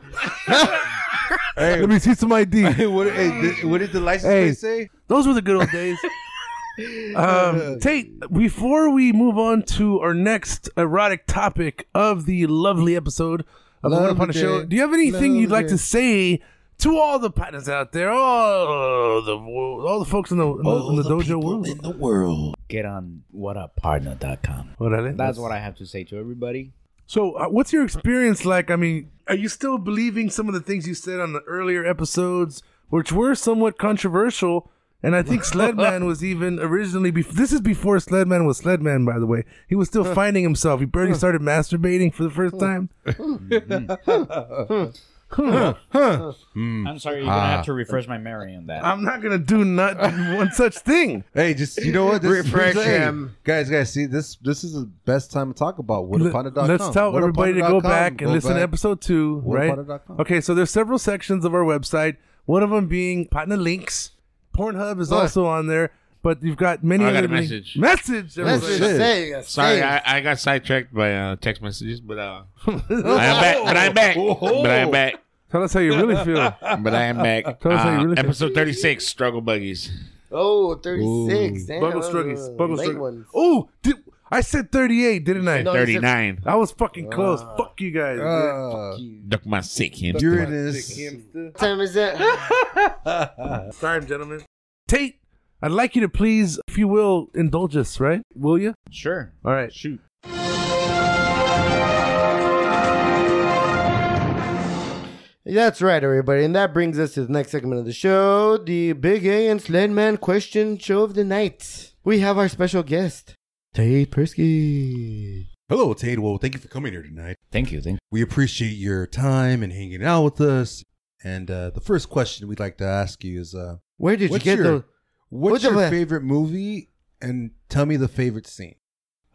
B: Hey,
A: Let me see some ID.
B: hey, what, hey, did, what did the license
A: Hey.
B: plate say?
A: <laughs> Those were the good old days. <laughs> Um, Tate, before we move on to our next erotic topic of the lovely episode of the One
B: Lovely
A: Upon a Show,
B: day.
A: do you have anything you'd
B: Lovely
A: like to
B: day.
A: say to all the partners out there, all the wo- all the folks in the in the, in the dojo world.
E: the world.
F: Get on whatuppartner.com.
A: Orale.
F: That's what I have to say to everybody.
A: So, uh, what's your experience like? I mean, are you still believing some of the things you said on the earlier episodes, which were somewhat controversial? And I think Sledman was even originally. Bef- this is before Sledman was Sledman, by the way. He was still finding himself. He barely started masturbating for the first time. Hmm.
F: I'm sorry, you're
A: Ah.
F: gonna have to refresh my memory on that.
A: I'm not gonna do not one such thing.
B: Hey, just you know what? This
C: Refresh
B: is, hey,
C: him.
B: guys. Guys, see this. This is the best time to talk about
A: Let-
B: whatapanda.com.
A: Let's tell everybody to go
B: Whatapanda.com.
A: back and
B: Go
A: listen to
B: back.
A: episode two, right?
B: Whatapanda.com.
A: Okay, so there's several sections of our website. One of them being partner links. Pornhub is also on there, but you've got many
D: I
A: other
D: got a
A: links.
D: message.
A: Message.
C: That's
A: everybody.
C: just
B: shit.
C: say. uh,
D: <laughs> Sorry,
C: say-
D: I, I got sidetracked by uh, text messages,
A: <laughs>
D: but uh, I'm back. But I'm back. But I'm back.
A: Tell us how you really feel.
D: But I am back.
A: <laughs> Tell us how you
D: Uh,
A: really feel.
D: episode 36, Struggle Buggies.
C: Oh, 36. Damn,
A: Buggle
C: that was
A: struggies.
C: a
A: Buggle
C: late
A: struggies.
C: one.
A: Oh, did, I said 38, didn't I?
C: No, you said-
D: 39.
A: I was fucking close. Fuck you guys.
G: Ah.
B: Uh,
D: Duck my sick hand.
B: here it is.
C: What time is that?
A: <laughs> Time, gentlemen. Tate, I'd like you to please, if you will, indulge us, right? Will you?
F: Sure.
A: All right.
D: Shoot.
C: That's right, everybody. And that brings us to the next segment of the show the Big A and Sledman question show of the night. We have our special guest, Tate Persky.
G: Hello, Tade. Well, thank you for coming here tonight.
F: Thank you. Thank
G: We appreciate your time and hanging out with us. And uh, the first question we'd like to ask you is, uh,
C: Where did
G: What's
C: you get
G: your-
C: the. What's
G: what's your
C: the-
G: favorite movie? And tell me the favorite scene.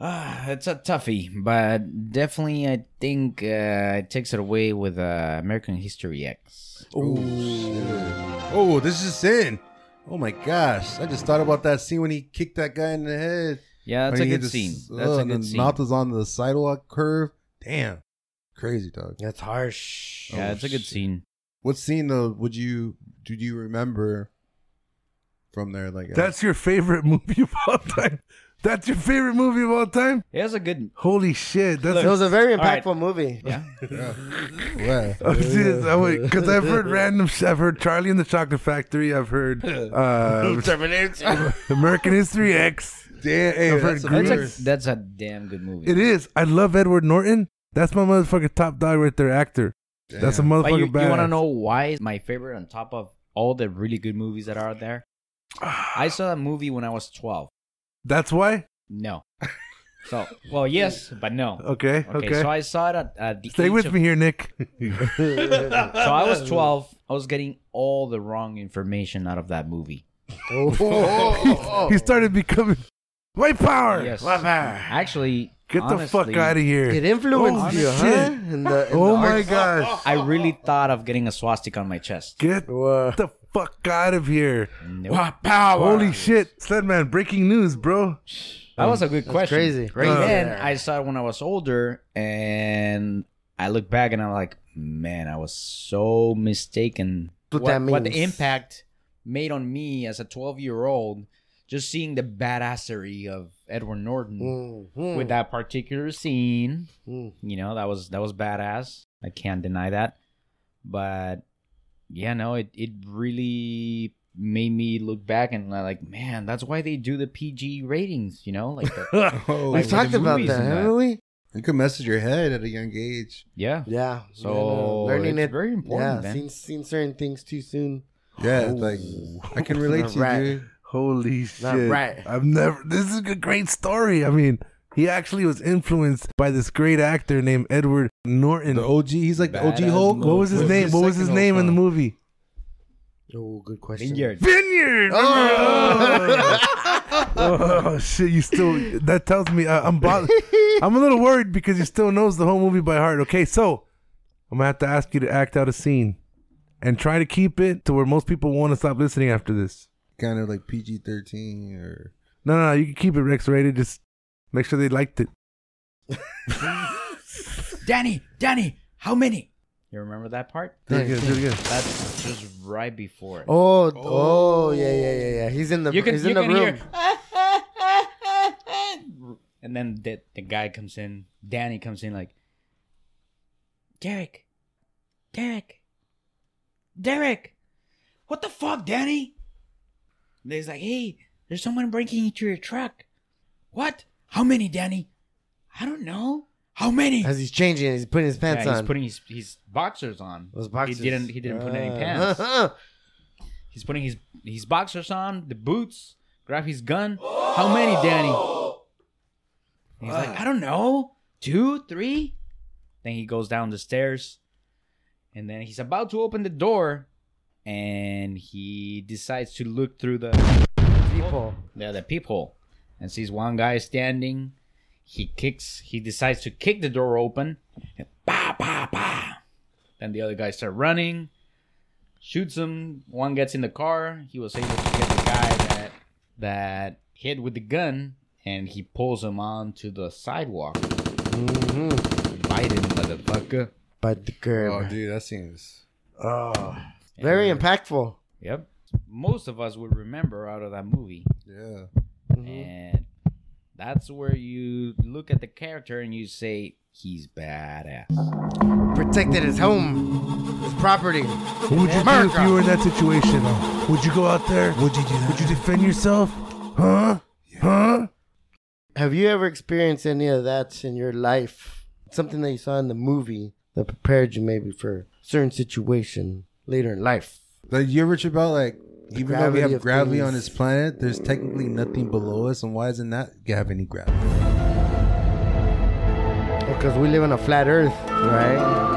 F: Ah, it's a toughie, but definitely I think uh, it takes it away with uh, American History X.
G: Oh, shit. oh, this is sin. Oh my gosh! I just thought about that scene when he kicked that guy in the head.
F: Yeah, that's
G: When
F: a
G: he hit
F: good
G: the-
F: scene.
G: ugh,
F: That's
A: uh,
F: a
G: and the
F: good scene.
G: Mouth is on the sidewalk curve. Damn, crazy dog.
C: That's harsh.
F: Oh, yeah, it's a good
A: Oh,
F: scene.
G: What scene though would you do? You remember from there? Like uh,
A: That's your favorite movie of all time. That's your favorite movie of all time.
F: It was a good.
A: Holy shit! That's <laughs>
C: It was a very
F: All right.
C: impactful movie. <laughs>
F: Yeah.
G: <laughs> what?
A: Oh, jeez. I wait, because I've
G: <laughs>
A: heard random. sh- I've heard Charlie and the Chocolate Factory. I've heard uh, American History X.
G: Damn, hey,
A: I've
G: that's
A: heard
G: a
A: Green-
F: That's
G: very-
F: a, that's a damn good movie.
A: It is. I love Edward Norton. That's my motherfucking top dog right there, actor. That's a
G: Damn.
A: motherfucking
F: But you, you
A: badass.
F: want to know why it's my favorite on top of all the really good movies that are
A: <sighs>
F: out there? I saw that movie when I was 12.
A: That's why.
F: No. So, well, yes, but no.
A: <laughs> Okay.
F: Okay,
A: Okay.
F: so I saw it at, at the
A: Stay
F: age
A: with
F: of-
A: me here, Nick.
F: So I
C: <laughs>
F: was 12. I was getting all the wrong information out of that movie.
C: Oh.
G: Oh.
C: <laughs>
A: he started becoming white power.
F: Yes.
A: White power. <laughs>
F: Actually,
A: Get the fuck
F: honestly,
A: out of here.
C: It influenced
A: Oh,
C: you, huh?
A: shit.
C: In the, in
A: oh
C: the
A: my
C: arts-
A: gosh.
F: I really thought of getting a swastika on my chest.
A: Get
C: Whoa.
A: the fuck out of here.
F: No.
A: Holy shit. Sledman, breaking news, bro.
F: That was a good question.
C: crazy. Crazy.
F: And then
C: Yeah.
F: I saw it when I was older, and I look back and I'm like, man, I was so mistaken.
C: What that
F: the
C: means.
F: impact made on me as a 12 year old, just seeing the badassery of Edward Norton
C: Mhm.
F: with that particular scene.
C: Mm.
F: You know, that was that was badass. I can't deny that. But yeah, no, it it really made me look back and uh, like, man, that's why they do the PG ratings. You know, like the, <laughs>
G: <laughs> Oh,
C: We've
F: like
C: talked
F: the
C: about
F: movies
C: that,
F: and that.
C: haven't we?
G: you could mess with your head at a young age.
F: yeah.
C: Yeah.
F: So
C: Yeah, no, learning it.
F: it's very important.
C: yeah,
F: man.
C: seen, seen certain things too soon.
G: Yeah, it's like I
F: <laughs>
G: can relate to
C: Right.
G: you.
A: Holy shit.
C: Not right.
A: I've never. This is a great story. I mean, he actually was influenced by this great actor named Edward Norton.
G: The OG, he's like the OG
F: Badass
G: Hulk.
A: what was his
G: What's
A: name? What was his
G: second
A: name
G: Hulk
A: in the
G: from?
A: movie?
C: Oh, good question.
F: Vineyard.
A: Vineyard. Oh. <laughs> Oh, shit! You still that tells me I, I'm bothered. I'm a little worried because he still knows the whole movie by heart. Okay, so I'm gonna have to ask you to act out a scene and try to keep it to where most people want to stop listening after this.
G: Kind of like PG thirteen or
A: No, no, no you can keep it Rex rated. Just make sure they liked it.
F: Danny, Danny, how many? You remember that part?
A: Do it again. Do it again.
F: That's just right before. it.
C: Oh, oh, yeah, yeah, yeah, yeah. He's in the
F: you can,
C: he's
F: you
C: in the
F: can
C: room.
F: hear. <laughs> and then the, the guy comes in, Danny comes in, like, Derek, Derek, Derek, what the fuck, Danny? And They's like, hey, there's someone breaking into your truck. What? How many, Danny? I don't know. How many?
C: As he's changing, he's putting his pants
F: Yeah,
C: on.
F: he's putting his, his boxers on.
C: those Uh. boxes. Uh-huh.
F: He didn't. He didn't put any
C: <laughs>
F: pants. He's putting his his boxers on, the boots. Grab his gun. How many, Danny? And he's like, I don't know, two, three. Then he goes down the stairs, and then he's about to open the door, and he decides to look through the
C: People.
F: the, the peephole, and sees one guy standing. He kicks. He decides to kick the door open. And bah, bah, bah. Then the other guy start running, shoots him. One gets in the car. He was able to get the guy that that hit with the gun, and he pulls him onto the sidewalk.
C: Mhm.
F: Biden, motherfucker.
C: But the
G: Oh,
C: curb.
G: dude, that seems.
A: Oh,
C: Very
F: And-
C: impactful.
F: Yep. Most of us would remember out of that movie.
G: Yeah.
C: Mhm.
F: and that's where you look at the character and you say he's badass.
C: Protected his home, his property.
A: what would you do if
C: America.
A: you were in that situation? though? Would you go out there? Would you do that? Would you defend yourself? Huh? Huh?
C: Have you ever experienced any of that in your life? Something that you saw in the movie that prepared you maybe for a certain situation later in life?
G: Like, you ever trip out like, even though
C: gravity
G: we have
C: of
G: gravity
C: things.
G: on this planet, there's technically nothing below us, and why isn't that have any gravity?
C: Because we live on a flat earth, right?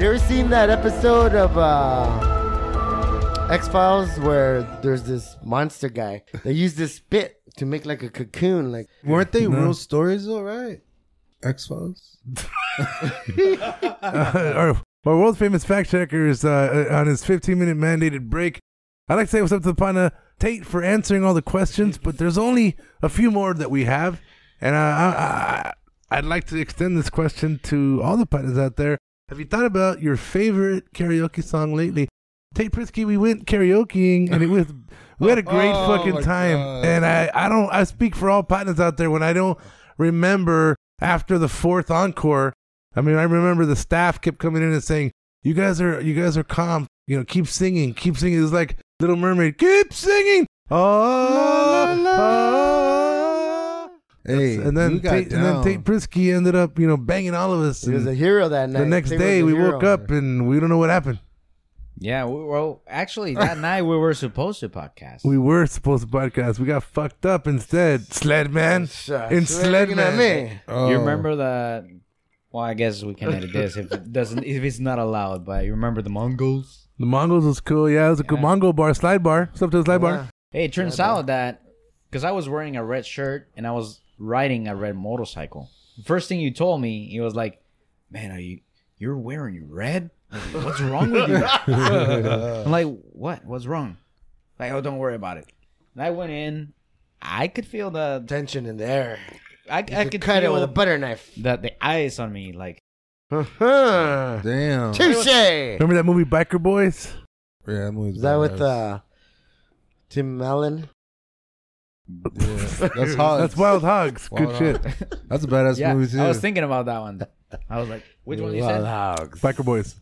C: you ever seen that episode of uh, X Files where there's this monster guy that used this spit to make like a cocoon? Like,
G: Weren't they real stories though, right? X Files.
A: <laughs> our, our world famous fact checker is uh, on his 15 minute mandated break. I'd like to say what's up to the pana Tate for answering all the questions, but there's only a few more that we have. And uh, I, I, I'd like to extend this question to all the panas out there. Have you thought about your favorite karaoke song lately? Tate Prisky, we went karaokeing and it was we had
G: <laughs>
A: a great
G: Oh, my
A: fucking time.
G: God.
A: And I, I don't I speak for all partners out there when I don't remember after the fourth encore. I mean, I remember the staff kept coming in and saying, "You guys are you guys are calm. You know, keep singing, keep singing." It was like Little Mermaid, keep singing. Oh, oh.
G: Hey,
A: and then
G: you got
A: Tate, and then
G: down.
A: Tate Prisky ended up you know banging all of us.
C: he was
A: and
C: a hero that night.
A: the next
C: They were
A: day
C: the
A: we
C: hero.
A: woke up and we don't know what happened.
F: Yeah, we, well, actually, that night we were supposed to podcast.
A: We were supposed to podcast. We got fucked up instead. Sled man.
C: Shucks,
A: In
C: so they're looking at
A: Sledman.
C: me.
G: Oh.
F: You remember the? Well, I guess we can edit this if it doesn't if it's not allowed. But you remember the Mongols?
A: The Mongols was cool. Yeah, it was a cool
F: Yeah.
A: Mongol bar, slide bar. What's up to the slide bar?
F: Hey, it turns out that because I was wearing a red shirt and I was riding a red motorcycle. First thing you told me, he was like, "Man, are you you're wearing red? What's wrong with you?" I'm like, "What? What's wrong?" Like, "Oh, don't worry about it." And I went in. I could feel the
C: Tension in the air.
F: I, I could
C: cut it
F: feel
C: with a butter knife.
F: the the ice on me. Like,
C: Touche!
G: Oh, Damn.
C: Is
A: Remember that movie Biker Boys?
G: Yeah, that movie's
C: that with
G: badass.
C: uh, Tim Allen?
G: Yeah. That's hot.
A: <laughs> That's Wild Hogs.
G: Wild
A: Good
G: Hogs.
A: shit.
G: That's a badass
F: yeah,
G: movie too.
F: I was thinking about that one. I was like, "Which one you said?"
A: Biker Boys.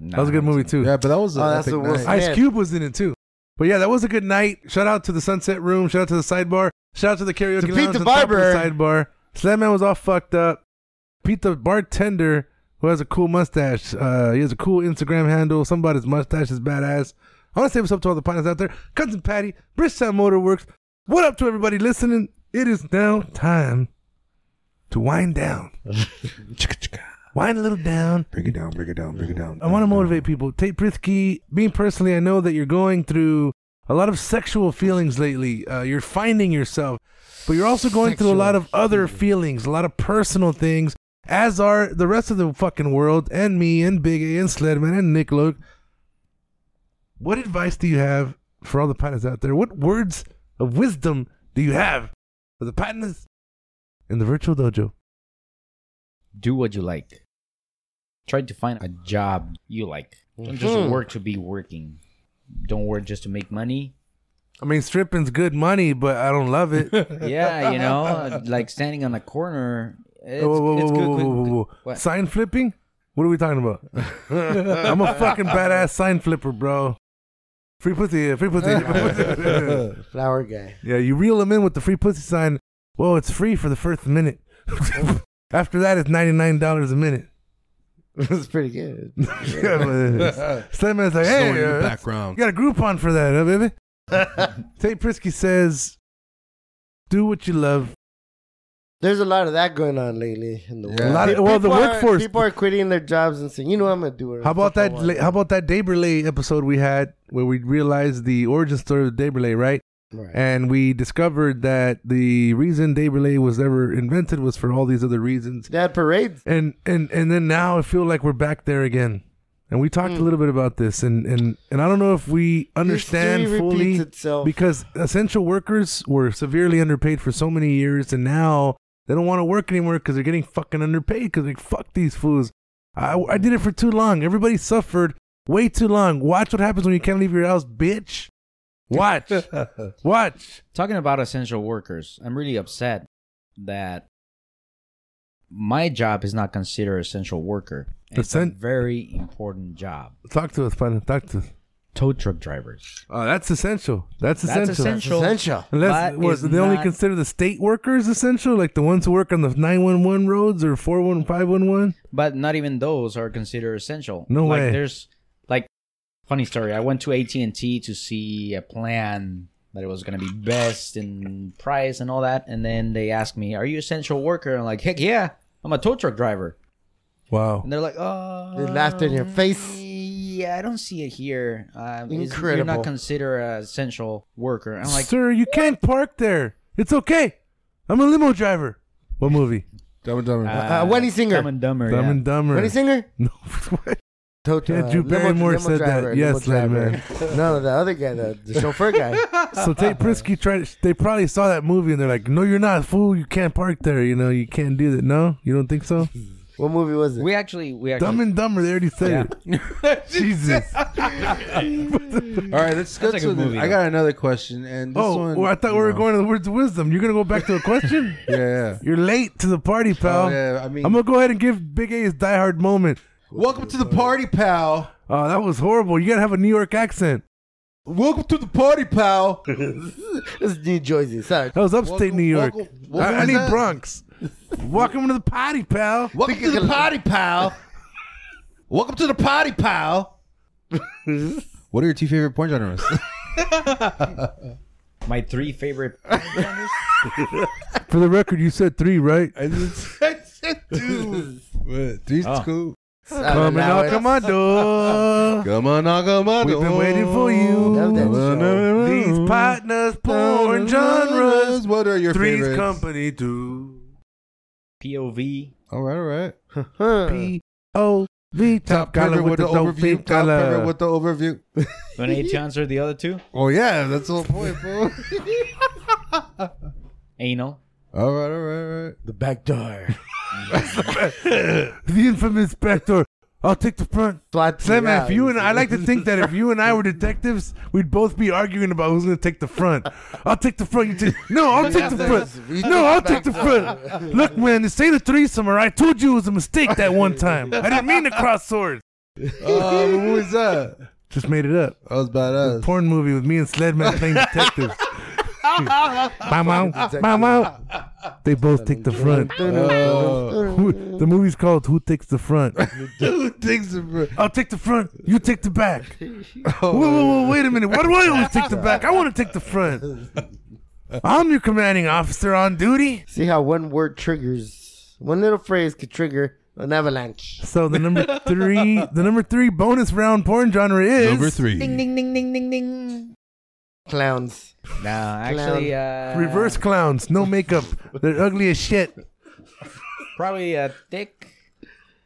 A: That was a good movie too.
G: yeah, but that was an
C: Oh, that's
G: epic
C: the worst.
G: night.
A: Ice
C: Man.
A: Cube was in it too. But yeah, that was a good night. Shout out to the Sunset Room. Shout out to the sidebar. Shout out to the karaoke
C: To Pete
A: lounge
C: the
A: on top of
C: barber.
A: sidebar. Slamman was all fucked up. Pete the bartender, who has a cool mustache. Uh, he has a cool Instagram handle. Somebody's mustache is badass. I want to say what's up to all the partners out there. Cousin Patty, Bridgetown Motor Works. What up to everybody listening? It is now time to wind down. wind a little down.
G: Break it down. Break it down. Break it down.
A: I want to motivate people. Tate Prithke, me personally, I know that you're going through a lot of sexual feelings lately. Uh, you're finding yourself, but you're also going through a lot of other feelings, a lot of personal things, as are the rest of the fucking world and me and Big A and Sledman and Nick Luke. What advice do you have for all the partners out there? What words of wisdom do you have for the partners in the virtual dojo?
F: do what you like. Try to find a job you like. Don't just
A: Mm-hmm.
C: Mhm.
F: work to be working. Don't work just to make money.
A: <laughs> I mean, stripping's good money, but I don't love it.
F: Yeah, you know, like standing on a corner. It's,
A: whoa, whoa,
F: it's
A: whoa,
F: good.
A: whoa,
F: good-
A: whoa, whoa, whoa.
F: What?
A: Sign flipping? What are we talking
F: <laughs>
A: about? I'm a fucking badass sign flipper, bro. Free pussy, free pussy.
F: <laughs>
C: Flower guy.
A: <laughs> yeah, you reel them in with the free pussy sign. Whoa, it's free for the first minute. <laughs> After that, it's ninety nine dollars a minute. <laughs>
C: That's pretty good.
A: yeah, but Sandman's like, hey,
G: Snoring in
A: uh,
G: the background.
A: You got a Groupon for that, huh, baby?
F: <laughs>
A: Tate Prisky says, "Do what you love."
C: <laughs> There's a lot of that going on lately in the world.
G: Yeah. A
A: lot of-
C: Pe-
A: well, the
C: people are-
A: workforce-
C: people are quitting their jobs and saying, "You know, what I'm gonna do it."
A: How about that? la- How about that Daberlay episode we had where we realized the origin story of Daberlay, right? And we discovered that the reason Daberlay was never invented was for all these other reasons.
C: Dad parades.
A: And and and then now I feel like we're back there again. And we talked a little bit about this, and and and I don't know if we <laughs> understand
C: History
A: fully.
C: repeats itself.
A: because essential workers were severely underpaid for so many years, and now they don't want to work anymore because they're getting fucking underpaid. Because like fuck these fools, I, I did it for too long. Everybody suffered way too long. Watch what happens when you can't leave your house, bitch. <laughs> Watch, watch.
F: Talking about essential workers, I'm really upset that my job is not considered essential worker. It's a
A: Essen-
F: very important job.
A: Talk to us, partner. Talk to us.
F: Tow truck drivers.
A: Oh, that's essential. That's essential.
F: That's essential.
C: Essential.
A: Unless
F: but
A: was
F: is
A: they only
F: not-
A: consider the state workers essential, like the ones who work on the nine one one roads or four one five one one.
F: but not even those are considered essential.
A: No
F: like,
A: way.
F: There's like funny story. I went to AT and T to see a plan that it was gonna be best in price and all that, and then they asked me, "Are you essential worker?" And I'm like, "Heck yeah, I'm a tow truck driver."
A: Wow.
F: And they're like, "Oh."
C: They laughed in your face.
F: Yeah, I don't see it here. Um, Incredible. You're
C: Incredible.
F: not considered an essential worker. I'm like,
A: Sir, you can't park there. It's okay. I'm a limo driver. What movie?
G: Dumb and Dumber.
C: Uh, Wendy Singer.
F: Dumb and Dumber.
A: Dumb
F: yeah.
A: and Dumber.
C: What do you singer?
A: <laughs> No, what?
C: Toto.
A: Yeah, uh, Drew Barrymore said that. Yes,
C: <laughs>
A: Letterman.
C: no, the other guy, the, the chauffeur guy.
A: <laughs> So Tate Prisky tried. They probably saw that movie and they're like, "No, you're not, fool. You can't park there. You know, you can't do that. No, you don't think so?
C: What movie was it?
F: We actually, we actually.
A: Dumb and Dumber. They already said it. <laughs> Jesus.
G: All right, let's go
F: That's
G: to
F: a good
G: the-
F: movie,
G: I got another question, and this
A: <laughs> Oh,
G: one.
A: well, I thought we
G: you
A: were
G: know.
A: going to the words of wisdom. You're gonna go back to a question.
G: Yeah, <laughs> yeah.
A: You're late to the party, pal.
G: Oh, yeah, I mean-
A: I'm gonna go ahead and give Big A his diehard moment.
G: Welcome to the party, pal.
A: Oh, that was horrible. You gotta have a New York accent.
G: Welcome to the party, <laughs> pal.
C: This is New Jersey.
A: <laughs>
C: Sorry.
A: That was upstate
G: Welcome-
A: New York.
G: welcome- welcome
A: I, I
G: is
A: need
G: that? <laughs>
A: Bronx. Welcome to the potty, pal.
G: Welcome to the party, pal. Welcome to the party, <laughs> pal. what are your two favorite porn <laughs> genres?
F: my three favorite.
A: For the record, you said three, right?
G: <laughs> Two. Three's
F: Oh.
G: cool.
C: I don't
A: Come and
C: know
A: knock on my
G: <laughs>
A: door.
G: Come on, knock on oh. my
A: We've been
G: door.
A: waiting for
C: Love
A: you.
C: that show.
A: These partners, porn genres.
G: What are your
A: Three's
G: favorites?
A: Company, too.
F: POV.
G: all right, all right.
C: Huh.
A: P O V top collar
G: favorite
A: with the dope
G: overview.
A: pink
G: Top favorite
A: color.
G: with the overview.
F: You
C: <laughs>
F: want to answer the other two?
G: Oh yeah, that's the whole point,
A: <laughs>
G: bro.
F: Anal.
G: all right, all right, all right.
C: The back door.
A: The infamous backdoor. I'll take the front.
C: Flat
A: Slam,
C: yeah.
A: if you and I like to think that if you and I were detectives, we'd both be arguing about who's gonna take the front. I'll take the front. You take no. I'll take the front. No, I'll take the front. Look, man, this ain't a threesome. All right, told you it was a mistake that one time. I didn't mean to cross swords.
G: Uh, what was that?
A: Just made it up.
G: That was badass.
A: Porn movie with me and Sledman playing detectives. Bow wow, bow wow. They both take the front.
G: Oh.
A: Who- the movie's called Who Takes the Front.
G: <laughs> Dude, thanks for.
A: I'll take the front. You take the back. Whoa, whoa, whoa, wait a minute. Why do I always take the back? I want to take the front. I'm your commanding officer on duty.
C: See how one word triggers, one little phrase could trigger an avalanche.
A: So the number three, the number three bonus round porn genre is
G: Number three.
C: Clowns.
F: No, actually, uh,
A: reverse clowns, no makeup. They're ugly as shit.
F: Probably uh, thick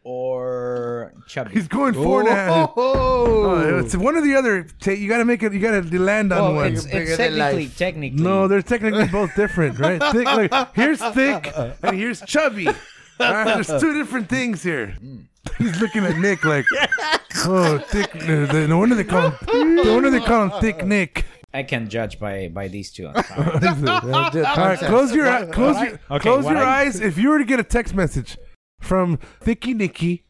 F: or chubby.
A: He's going four now. Oh, it's one or the other. Ta- You got to make it. You got to land on one.
F: it's,
C: bigger
F: it's
C: than
F: technically,
C: life.
F: technically.
A: No, they're <laughs> technically both different, right? Thick, like, here's <laughs> thick and here's chubby. All right, there's two different things here. He's looking at Nick <laughs> like, oh, thick. No, they- no wonder they call him. No wonder they call him Thick Nick.
F: I can judge by by these two. I'm sorry.
C: All
A: All right, close your eye- close your,
F: Okay,
A: close
F: what
A: your
F: I-
A: eyes. If you were to get a text message from Thicky Nicky,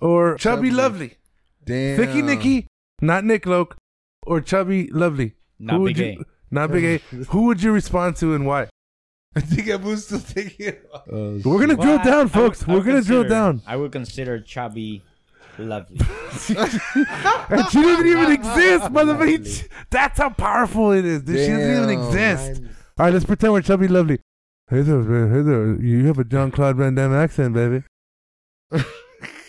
A: or Chubby
G: Chubby.
A: Lovely?
G: Damn.
A: Thicky Nicky, not Nick Loke, or Chubby Lovely?
F: Not
A: Who
F: Big
A: would
F: A.
A: you, Not Big A. Who would you respond to and why?
G: I <laughs> think I'm still thinking. Uh,
A: We're gonna <laughs> drill
F: Well, I- I
A: down,
F: would-
A: folks.
F: I
A: We're
F: would
A: gonna drill
F: consider- <laughs>
A: down.
F: I would consider chubby lovely.
A: And she doesn't even exist, motherfucker. That's how powerful it is. Dude. She doesn't even
G: Damn.
A: exist. All right, let's pretend we're Chubby Lovely. Hey there, man. Hey there. You have a John Claude Van Damme accent, baby.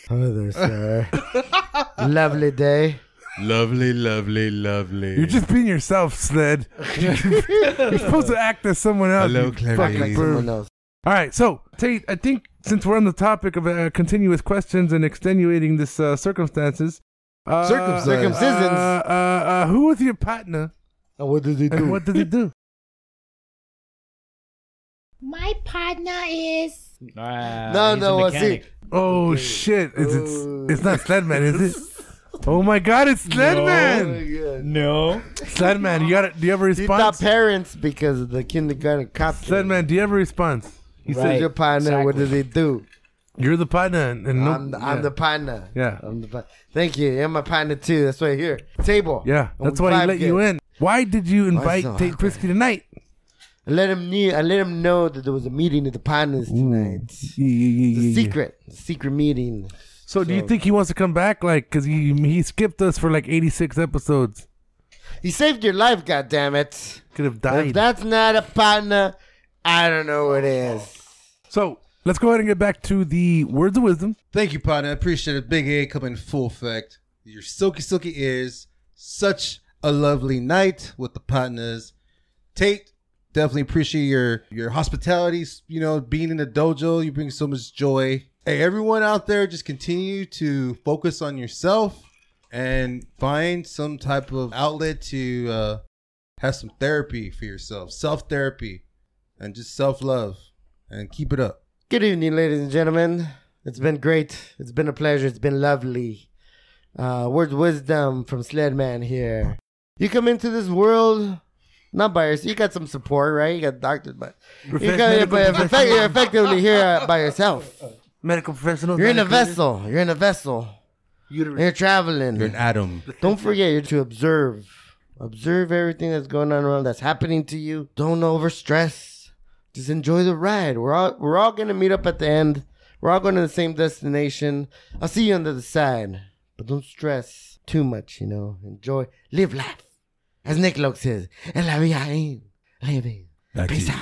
C: Hello there, sir. <laughs> Lovely day.
G: lovely, lovely, lovely.
A: You're just being yourself, Sled. You're supposed to act as someone else.
G: Hello,
A: you
G: Clarice.
A: fucking
G: Like
A: perv.
C: Someone else.
A: All right, so Tate, I think since we're on the topic of uh, continuous questions and extenuating this uh, circumstances, uh,
G: Circumcised.
A: uh,
C: Circumcisions.
A: uh, uh, who was your partner
C: And what did he do?
A: and what did he do?
H: My partner is
F: Uh,
C: <laughs> no,
F: he's a
C: no, well, see,
F: mechanic.
A: Oh shit! Is
C: Oh.
A: it? It's not Sledman,
C: <laughs>
A: is it? Oh my God! It's Sledman.
F: No.
A: Sledman, you got it. Do you have a
C: Oh He thought
A: response?
C: parents because of the kindergarten cop. thing.
A: Sledman, do you have a response?
C: He says your partner. What
F: exactly.
C: does he do?
A: You're the partner, and, and no,
C: I'm, the, I'm
A: yeah.
C: the partner.
A: Yeah.
C: I'm the pa- Thank you. You're my partner too. That's why here. Table.
A: yeah.
C: And
A: That's
C: we
A: why he
C: vibe
A: let you
C: good.
A: in. Why did you invite
C: so
A: Tate
C: awkward.
A: Prisky tonight?
C: I let him knew. I let him know that there was a meeting of the partners tonight. The secret, secret meeting.
A: So, do you think he wants to come back? Like, cause he he skipped us for like eighty six episodes.
C: He saved your life. God damn it!
A: Could have
C: If
A: died.
C: that's not a partner, I don't know what is.
A: so let's go ahead and get back to the words of wisdom.
G: Thank you, partner. I appreciate it. Big A coming in full effect. Your silky, silky ears. Such a lovely night with the partners. Tate, definitely appreciate your your hospitality. You know, being in the dojo, you bring so much joy. Hey, everyone out there, just continue to focus on yourself and find some type of outlet to uh, have some therapy for yourself, self therapy, and just self love, and keep it up.
C: Good evening, ladies and gentlemen. It's been great. It's been a pleasure. It's been lovely. Uh, words of wisdom from Sledman here. You come into this world not by yourself. You got some support, right? You got doctors, but you come in, but
A: Medical
C: effect- you're effectively here
A: <laughs>
C: by yourself.
A: Medical professional.
C: You're in a vessel. You're in a vessel.
A: Uterus.
C: You're traveling.
G: You're an atom.
C: Don't forget you're to observe. Observe everything that's going on around that's happening to you. Don't overstress. Just enjoy the ride. We're all we're all gonna meet up at the end. We're all going to the same destination. I'll see you on the other side. But don't stress too much, you know. Enjoy. Live life. As Nick Locke says, "En la vida eh? hay living. Peace out.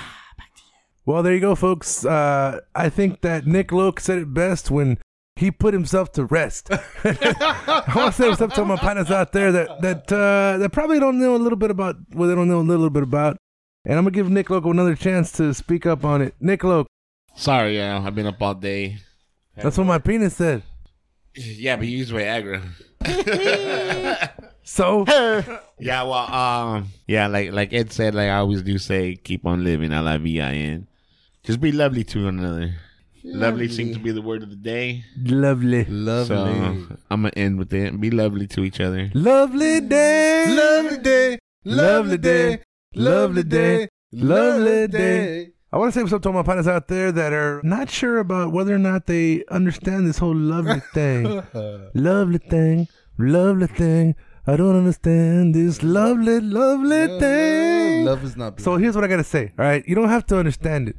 A: Well, there you go, folks. Uh, I think that Nick Loke said it best when he put himself to rest. <laughs> I want to say what's up to all my partners out there that that uh, that probably don't know a little bit about what they don't know a little bit about. And I'm gonna give Nick Loke another chance to speak up on it. Nick Loke,
D: <laughs> Sorry, yeah, I've been up all day.
A: that's what my penis said.
D: Yeah, but you use Viagra.
A: So
D: Yeah, well, um, yeah, like like Ed said, like I always do say, keep on living, I love and just be lovely to one another. Lovely, seems to be the word of the day.
A: lovely,
G: Lovely.
D: So I'm gonna end with it. Be lovely to
A: <laughs>
D: each other.
A: lovely day,
G: Lovely day.
A: Lovely day. Lovely day. Lovely day. I want to say what's up to all my partners out there that are not sure about whether or not they understand this whole lovely thing. lovely thing, lovely thing. I don't understand this lovely, lovely thing.
G: Love is not
A: So here's what I gotta say. All right, you don't have to understand it.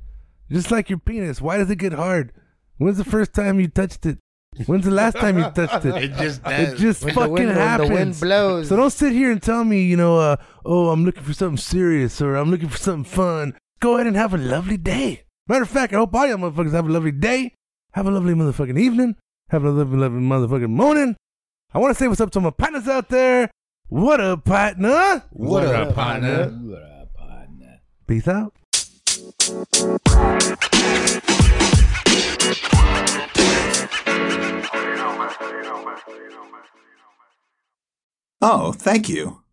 A: Just like your penis, why does it get hard? When's the first time you touched it? When's the last time you touched it?
D: It just
A: It
D: does.
A: just
C: When the
A: fucking
C: wind, when
A: happens.
C: the wind blows.
A: So don't sit here and tell me, you know, uh, oh, I'm looking for something serious or I'm looking for something fun. Go ahead and have a lovely day. Matter of fact, I hope all y'all motherfuckers have a lovely day. Have a lovely motherfucking evening. Have a lovely, lovely motherfucking morning. I want to say what's up to my partners out there. What up, partner?
G: what up,
A: partner? Peace out.
I: Oh, thank you.